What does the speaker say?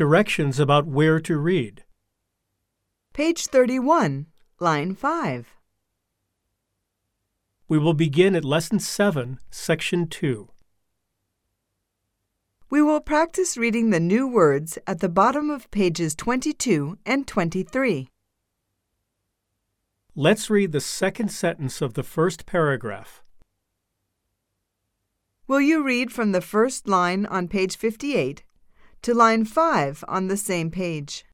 directions about where to read. Page 31, line 5. We will begin at Lesson 7, Section 2. We will practice reading the new words at the bottom of pages 22 and 23. Let's read the second sentence of the first paragraph. Will you read from the first line on page 58 to line 5 on the same page?